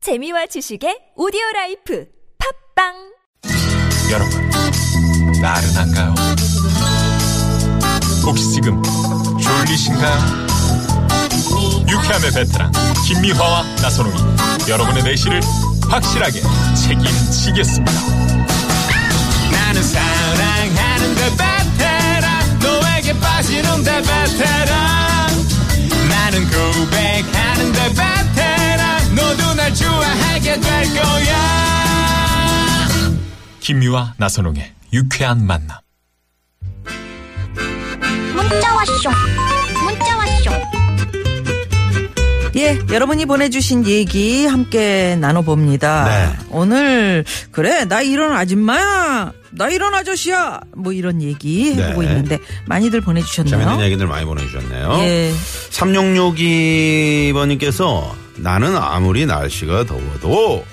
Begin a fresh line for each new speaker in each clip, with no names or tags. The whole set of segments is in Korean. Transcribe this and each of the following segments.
재미와 지식의 오디오 라이프 팝빵
여러분, 나른한가요? 혹시 지금 졸리신가요? 유쾌함의 베테랑 김미화와 나선홍이 여러분의 내실을 확실하게 책임지겠습니다. 나는 사랑하는데 베테랑 너에게 빠지는데 베테랑 나는 고백하는데 베테랑 너도 날 좋아하게 될 거야. 김유와 나선홍의 유쾌한 만남.
문자 왔쇼 문자 왔쇼
예, 여러분이 보내주신 얘기 함께 나눠봅니다.
네.
오늘, 그래, 나 이런 아줌마야! 나 이런 아저씨야! 뭐 이런 얘기 해보고
네.
있는데, 많이들
재밌는
보내주셨나요?
얘기들 많이 보내주셨네요.
예.
3662번님께서 나는 아무리 날씨가 더워도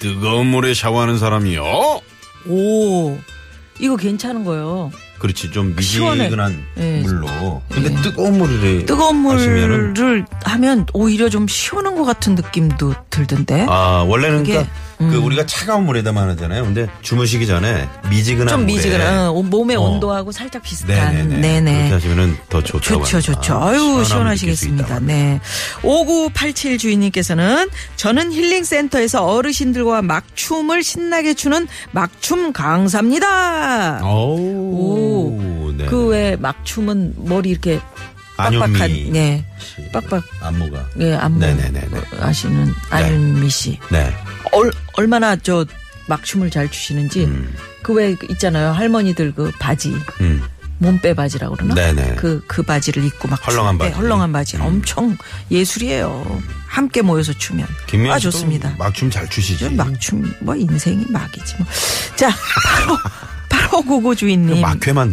뜨거운 물에 샤워하는 사람이요.
오, 이거 괜찮은 거예요.
그렇지 좀
시원해.
미지근한
예.
물로. 근데 뜨거운 물을
뜨거운 물을
하시면은
하면 오히려 좀 시원한 것 같은 느낌도 들던데.
아 원래는
그게, 음.
그러니까 그 우리가 차가운 물에다만 하잖아요. 근데 주무시기 전에 미지근한
좀 미지근한, 어, 몸의
네, 어.
온도하고 살짝 비슷한.
네네네. 그렇게 하시면은 더 좋다고
좋죠,
합니다.
좋죠. 아유,
시원함을
시원하시겠습니다.
느낄 수 있다고
네. 5987 주인님께서는 저는 힐링센터에서 어르신들과 막춤을 신나게 추는 막춤 강사입니다.
합니다. 오. 어, 네.
네. 그 외 막춤은 머리 이렇게
안현미
빡빡한, 예,
씨
빡빡.
안무가.
예, 안무
네네네네.
아시는 안윤미 씨.
네.
얼, 얼마나 저 막춤을 잘 추시는지.
음.
그 외 있잖아요. 할머니들 그 바지.
음.
몸빼 바지라고 그러나?
네네.
그, 그 바지를 입고 막
헐렁한
추울 때
바지. 음.
헐렁한 바지. 엄청 예술이에요. 함께 모여서 추면.
김미아
아,
씨도
좋습니다.
막춤 잘 추시지.
요즘 막춤, 뭐, 인생이 막이지 뭐. 자, 바로, 바로 고고 주인님.
막회만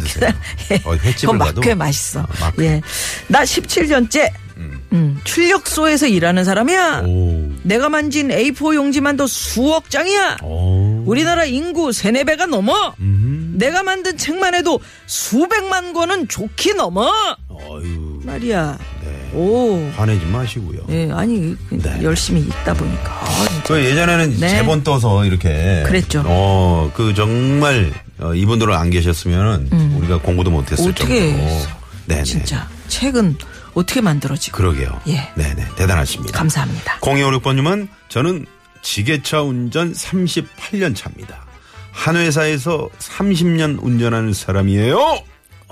드세요. 그 어, 횟집을
그건
가도
막회 맛있어.
아, 막회.
예. 나 17년째, 음, 출력소에서 일하는 사람이야.
오.
내가 만진 A4 용지만도 수억
어.
장이야.
오.
우리나라 인구 3, 4배가 넘어.
음.
내가 만든 책만 해도 수백만 권은 좋게 넘어.
어유.
말이야. 오.
화내지 마시고요.
예, 아니 그
네.
열심히 있다 보니까. 아, 진짜.
그 예전에는
네.
제본 떠서 이렇게
그랬죠.
어, 그 정말 어, 이분들은 안 계셨으면 우리가 공부도 못 했을
음. 어떻게
정도로.
했어?
네, 네.
진짜 책은 어떻게 만들어지고?
그러게요.
예.
네, 네. 대단하십니다.
감사합니다.
0256번님은 저는 지게차 운전 38년 차입니다. 한 회사에서 30년 운전하는 사람이에요.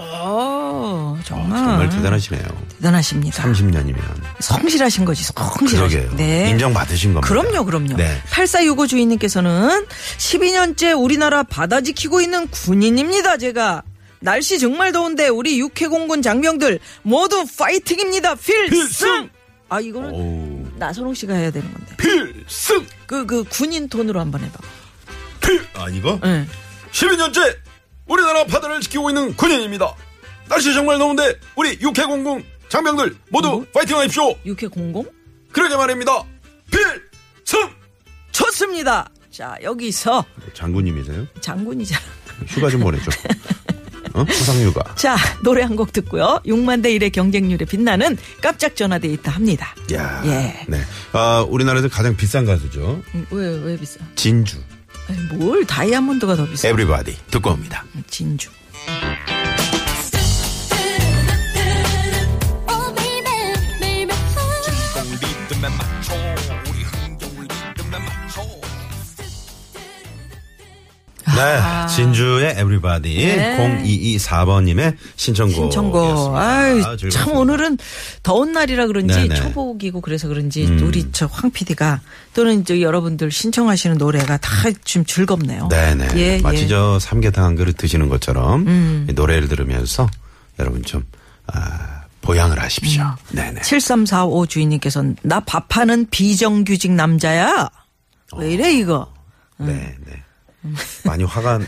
어, 정말,
정말 대단하시네요.
십니다
30년이면.
성실하신 거지. 성실하신. 네.
그러게요. 인정받으신 겁니다.
그럼요, 그럼요.
네.
8465 주인님께서는 12년째 우리나라 바다 지키고 있는 군인입니다, 제가. 날씨 정말 더운데 우리 육해공군 장병들 모두 파이팅입니다. 필승! 아, 이거는
오.
나선홍 씨가 해야 되는 건데.
필승!
그, 그 군인 톤으로 한번 해봐.
필! 아, 이거?
예.
12년째 우리나라 바다를 지키고 있는 군인입니다. 날씨 정말 더운데 우리 육해공군 장병들 모두 파이팅 하십시오.
육해공공?
그러게 말입니다. 필승!
좋습니다. 자, 여기서
장군님이세요?
장군이잖아.
휴가 좀 보내줘. 어? 수상휴가.
자, 노래 한 곡 듣고요. 6만 대 1의 경쟁률에 빛나는 깜짝 전화 데이트 합니다.
야,
예.
네. 아, 우리나라에서 가장 비싼 가수죠.
음, 왜, 왜 비싸?
진주.
아니, 뭘 다이아몬드가 더 비싸?
에브리바디 듣고 옵니다.
진주.
오 베이베 베이베
네. 진주의 에브리바디 0224번님의 신청곡.
네. 신청곡. 아유, 참 오늘은 더운 날이라 그런지
네네. 음.
초복이고 그래서 그런지 우리 저 황 PD가 또는 저 여러분들 신청하시는 노래가 다 좀 즐겁네요.
네네.
예, 음.
마치
예.
저 삼계탕 한 그릇 드시는 것처럼 이 노래를 들으면서 여러분 좀, 아, 보양을 하십시오.
음.
네네.
7345 주인님께서는 나 밥하는 비정규직 남자야. 왜 이래 이거. 음.
네네. 많이 화가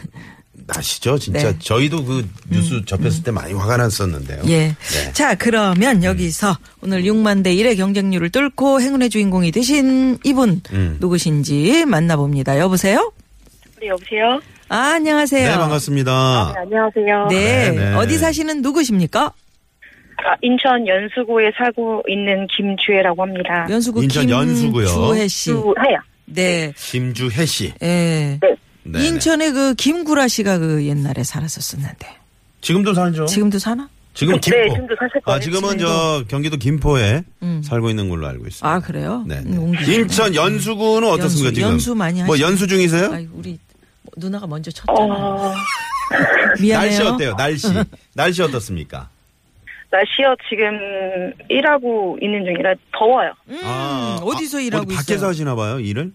나시죠? 진짜
네. 음.
저희도 그 뉴스 접했을 때 많이 화가 났었는데요.
예.
네.
자, 그러면 여기서 오늘 6만 대 1의 경쟁률을 뚫고 행운의 주인공이 되신 이분
음.
누구신지 만나봅니다. 여보세요?
네, 여보세요?
아, 안녕하세요.
네, 반갑습니다.
네, 안녕하세요.
네.
네, 네.
어디 사시는 누구십니까?
아, 인천 연수구에 살고 있는 김주혜라고 합니다.
연수구
인천 연수구요.
김주혜 씨.
주혜요.
네.
김주혜 씨.
예.
네.
네네.
인천에 그 김구라 씨가 그 옛날에 살았었었는데.
지금도 살죠.
지금도 사나?
지금 어, 김포.
네, 지금도 사실 거예요.
아, 지금은 저 경기도 김포에 살고 있는 걸로 알고
음.
있습니다.
아, 그래요?
네.
음, 옮기셨네.
인천 연수구는 어떻습니까
연수,
지금?
연수 많이
뭐
하시죠.
연수 중이세요?
아이, 우리 누나가 먼저 쳤잖아.
어,
미안해요.
날씨 어때요? 날씨. 날씨 어떻습니까?
날씨요. 지금 일하고 있는 중이라 더워요.
음, 어디서 일하고
아, 어디
있어요?
밖에서 하시나 봐요, 일을?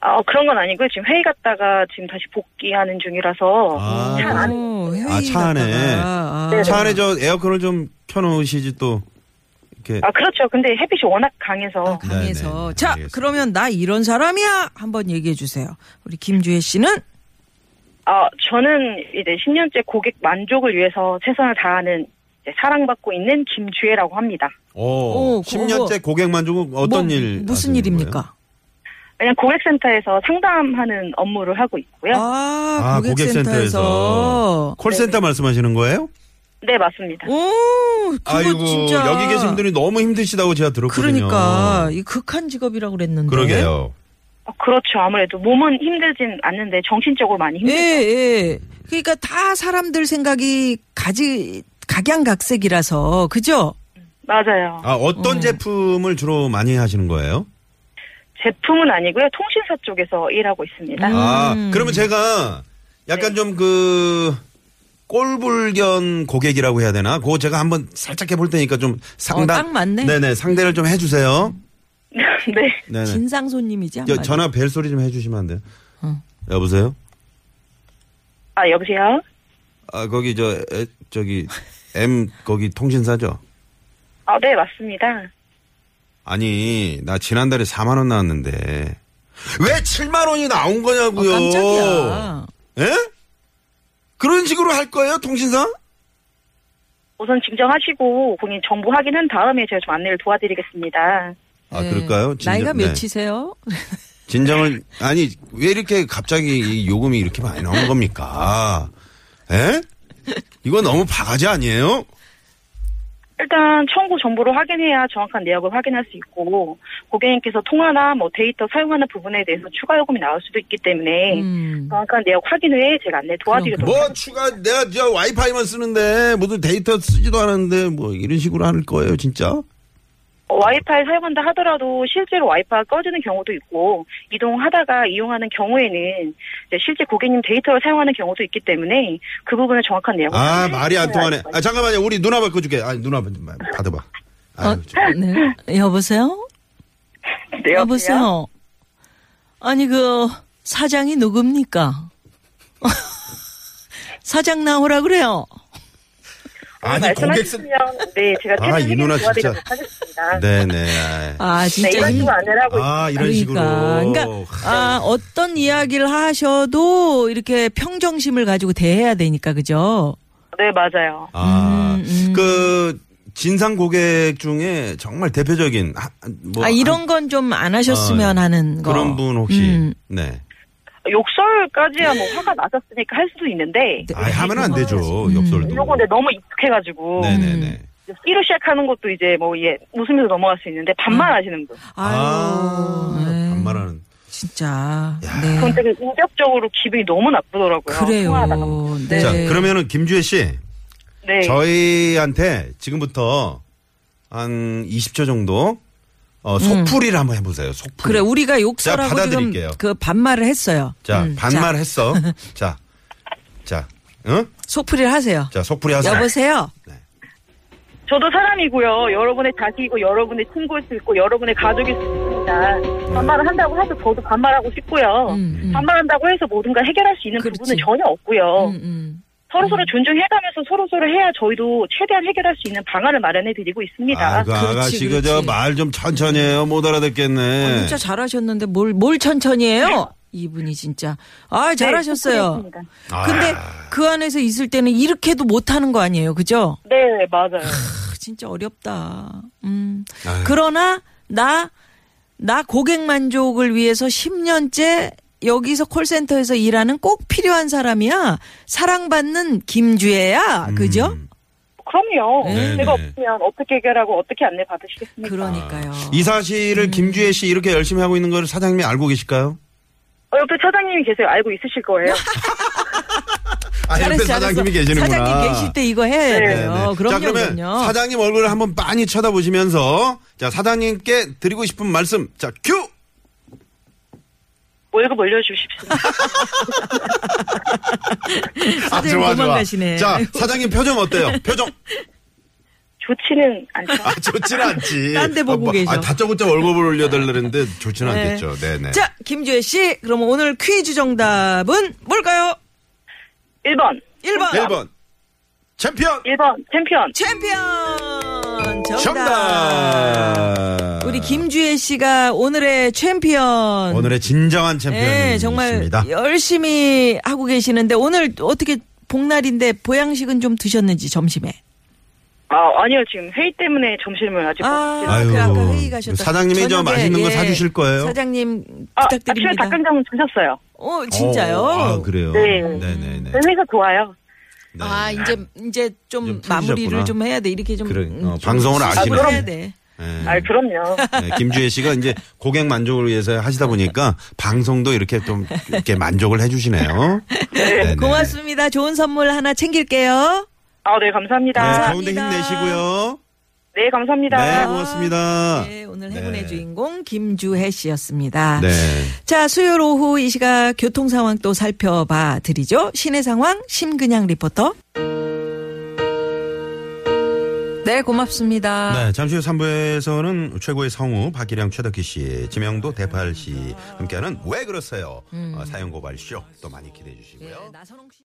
아, 그런 건 아니고요. 지금 회의 갔다가 지금 다시 복귀하는 중이라서.
아,
어, 차 안에
오, 어, 회의
아, 차 안에.
갔다가. 아,
네.
차 안에 저 에어컨을 좀 켜놓으시지 또 이렇게
아, 그렇죠. 근데 햇빛이 워낙 강해서.
어, 강해서.
네, 네, 네.
자,
알겠습니다.
그러면 나 이런 사람이야. 한번 얘기해 주세요. 우리 김주혜 씨는
아, 저는 이제 10년째 고객 만족을 위해서 최선을 다하는 이제 사랑받고 있는 김주혜라고 합니다.
오,
오,
어, 10년째 고객 만족은 어떤
어, 뭐,
일
무슨
하시는
일입니까?
그냥 고객센터에서 상담하는 업무를 하고 있고요.
아,
아,
고객센터에서.
고객센터에서. 콜센터 말씀하시는 거예요?
네, 맞습니다.
오, 그거
아이고,
진짜
여기 계신 분들이 너무 힘드시다고 제가 들었거든요.
그러니까 네. 이 극한 직업이라고 그랬는데.
그러게요.
어, 그렇죠. 아무래도 몸은 힘들진 않는데 정신적으로 많이
예,
힘들죠.
예. 그러니까 다 사람들 생각이 가지 각양각색이라서 그죠?
맞아요.
아, 어떤 제품을 주로 많이 하시는 거예요?
제품은 아니고요. 통신사 쪽에서 일하고
네.
있습니다.
음.
아, 그러면 제가 약간 좀 그 꼴불견 고객이라고 해야 되나? 그거 제가 한번 살짝 해볼 테니까 좀 상담.
어, 딱 맞네.
네네, 상대를 좀 해주세요.
네.
네네.
진상 손님이지.
저,
한마디로.
전화 벨 소리 좀 해주시면 안 돼요?
어.
여보세요?
아, 여보세요?
아, 거기 저, 에, 저기, M, 거기 통신사죠?
아, 네, 맞습니다.
아니, 나 지난달에 4만원 나왔는데. 왜 7만원이 나온 거냐고요?
어, 깜짝이야.
예? 그런 식으로 할 거예요, 통신사?
우선 증정하시고 본인 정보 확인한 다음에 제가 좀 안내를 도와드리겠습니다.
아,
네.
그럴까요?
나이가
네.
몇이세요?
진정을 아니 왜 이렇게 갑자기 이 요금이 이렇게 많이 나온 겁니까? 에? 이거 너무 바가지 아니에요?
일단 청구 정보를 확인해야 정확한 내역을 확인할 수 있고 고객님께서 통화나 뭐 데이터 사용하는 부분에 대해서 추가 요금이 나올 수도 있기 때문에
음.
정확한 내역 확인 후에 제가 안내 도와드리도록
뭐 추가 내가 저 와이파이만 쓰는데 무슨 데이터 쓰지도 않았는데 뭐 이런 식으로 할 거예요 진짜?
어, 와이파이 사용한다 하더라도 실제로 와이파이가 꺼지는 경우도 있고 이동하다가 이용하는 경우에는 이제 실제 고객님 데이터를 사용하는 경우도 있기 때문에 그 부분을 정확한 내용을
아 말이 안 통하네. 아 잠깐만요 우리 누나 바꿔줄게. 아니 누나 좀 받아봐.
어,
아유, 좀.
네. 여보세요?
네,
여보세요? 아니, 그, 사장이 누굽니까? 사장 나오라 그래요.
아니 고객센
말씀하시면 네 제가
아, 이
최대한
누나
해결 도와드리도록
진짜.
하겠습니다.
네네.
아,
네,
진짜.
이런
힘-
식으로 안내를 하고
아 이런 식으로.
그러니까, 아, 어떤 이야기를 하셔도 이렇게 평정심을 가지고 대해야 되니까, 그죠?
네 맞아요.
아,
음,
그 진상 고객 중에 정말 대표적인 하- 뭐
아, 이런 건 좀 안 하셨으면
아,
하는
한-
거.
그런 분 혹시
음.
네.
욕설까지야 뭐 화가 나셨으니까 할 수도 있는데
네.
아, 하면 안 되죠.
음.
욕설도.
요거 근데 너무 익숙해가지고
네, 네, 네.
C로 시작하는 것도 이제 뭐 예, 웃으면서 넘어갈 수 있는데 반말 하시는 분
아유, 네.
반말하는.
진짜.
야.
네.
그건 되게 인격적으로 기분이 너무 나쁘더라고요. 통화하다가.
그래요. 네.
자, 그러면은 김주혜 씨,
네.
저희한테 지금부터 한 20초 정도 어, 속풀이를 한번 해 보세요. 속풀이.
음. 그래 우리가 욕설하고 지금
받아들일게요.
그 반말을 했어요.
자,
음,
반말했어. 자. 자. 응?
자, 속풀이를 하세요.
자, 속풀이 하세요.
여보세요.
저도 사람이고요. 여러분의 자식이고 여러분의 친구일 수 있고 여러분의 가족일 수 있습니다. 반말을 한다고 해서 저도 반말하고 싶고요.
음,
반말한다고 해서 뭐든가 해결할 수 있는
그렇지.
부분은 전혀 없고요.
음, 음.
서로 서로 존중해가면서 서로 서로 해야 저희도 최대한 해결할 수 있는 방안을 마련해 드리고 있습니다.
아, 그
그렇지,
아가씨 그저
그렇지. 어,
말 좀 천천히 해요. 못 알아듣겠네.
진짜 잘하셨는데 뭘 뭘 천천히 해요? 이분이 진짜 아
네,
잘하셨어요.
그렇습니다.
아.
근데 그 안에서 있을 때는 이렇게도 못하는 거 아니에요, 그죠?
네, 맞아요.
크, 그 진짜 어렵다. 음.
아유.
그러나 나, 나 고객 만족을 위해서 10년째 여기서 콜센터에서
음.
일하는 꼭 필요한 사람이야. 사랑받는 김주혜야. 그죠?
그럼요.
네,
제가
네.
없으면 어떻게 해결하고 어떻게 안내 받으시겠습니까?
그러니까요.
아. 이 사실을
음.
김주혜 씨 이렇게 열심히 하고 있는 걸 사장님이 알고 계실까요?
어, 옆에 차장님이 계세요. 알고 있으실 거예요.
아, 옆에
잘했어, 잘했어.
사장님이 계시는구나.
사장님 계실 때 이거 해야
네,
돼요.
네네.
그럼요,
자, 그러면
그럼요.
사장님 얼굴을 한번 빤히 쳐다보시면서 자, 사장님께 드리고 싶은 말씀. 자, 큐!
월급 올려주십시오.
사장님 도망가시네.
아, 자, 사장님 표정 어때요? 표정.
좋지는 않죠.
아, 좋지는 않지.
딴데 보고
아, 뭐,
계셔.
아, 다짜고짜 월급을 올려달라는데 좋지는
네.
않겠죠. 네네.
자, 김주혜 씨, 그럼 오늘 퀴즈 정답은 뭘까요?
1번.
1번.
1번. 챔피언!
1번 챔피언.
챔피언! 정답.
정답!
우리 김주혜 씨가 오늘의 챔피언.
오늘의 진정한 챔피언입니다.
네, 정말 열심히 하고 계시는데 오늘 어떻게 복날인데 보양식은 좀 드셨는지 점심에.
아, 아니요. 지금 회의 때문에 점심을 아직
아,
못
아유,
그 아까 회의 가셨다.
사장님이 저
저녁에,
맛있는 거 사주실 거예요?
사장님
아, 아침에
부탁드립니다.
닭강정은 드셨어요.
어, 진짜요?
오, 아, 그래요?
네.
네네네. 네.
회사 좋아요.
아, 이제 이제 좀
이제 풀리셨구나.
마무리를 좀 해야 돼. 이렇게 좀,
그래,
음,
어,
좀
방송을
수습을
아시네.
해야 돼.
네.
아, 그럼요.
네, 김주혜 씨가 이제 고객 만족을 위해서 하시다 보니까 방송도 이렇게 좀 이렇게 만족을 해주시네요. 네네.
고맙습니다. 좋은 선물 하나 챙길게요.
아, 네,
네,
감사합니다.
더운데
감사합니다.
힘내시고요.
네, 감사합니다.
네, 고맙습니다.
네, 오늘 행운의
네.
주인공 김주혜 씨였습니다.
네.
자, 수요일 오후 이 시각 교통 상황 또 살펴봐 드리죠. 시내 상황 심근양 리포터. 네, 고맙습니다.
네, 잠시 후 3부에서는 최고의 성우 박기량 최덕희 씨, 지명도 음. 대팔 씨 함께하는 왜 그러세요? 어, 사연 고발 쇼 또 많이 기대해 주시고요.
나선홍 씨.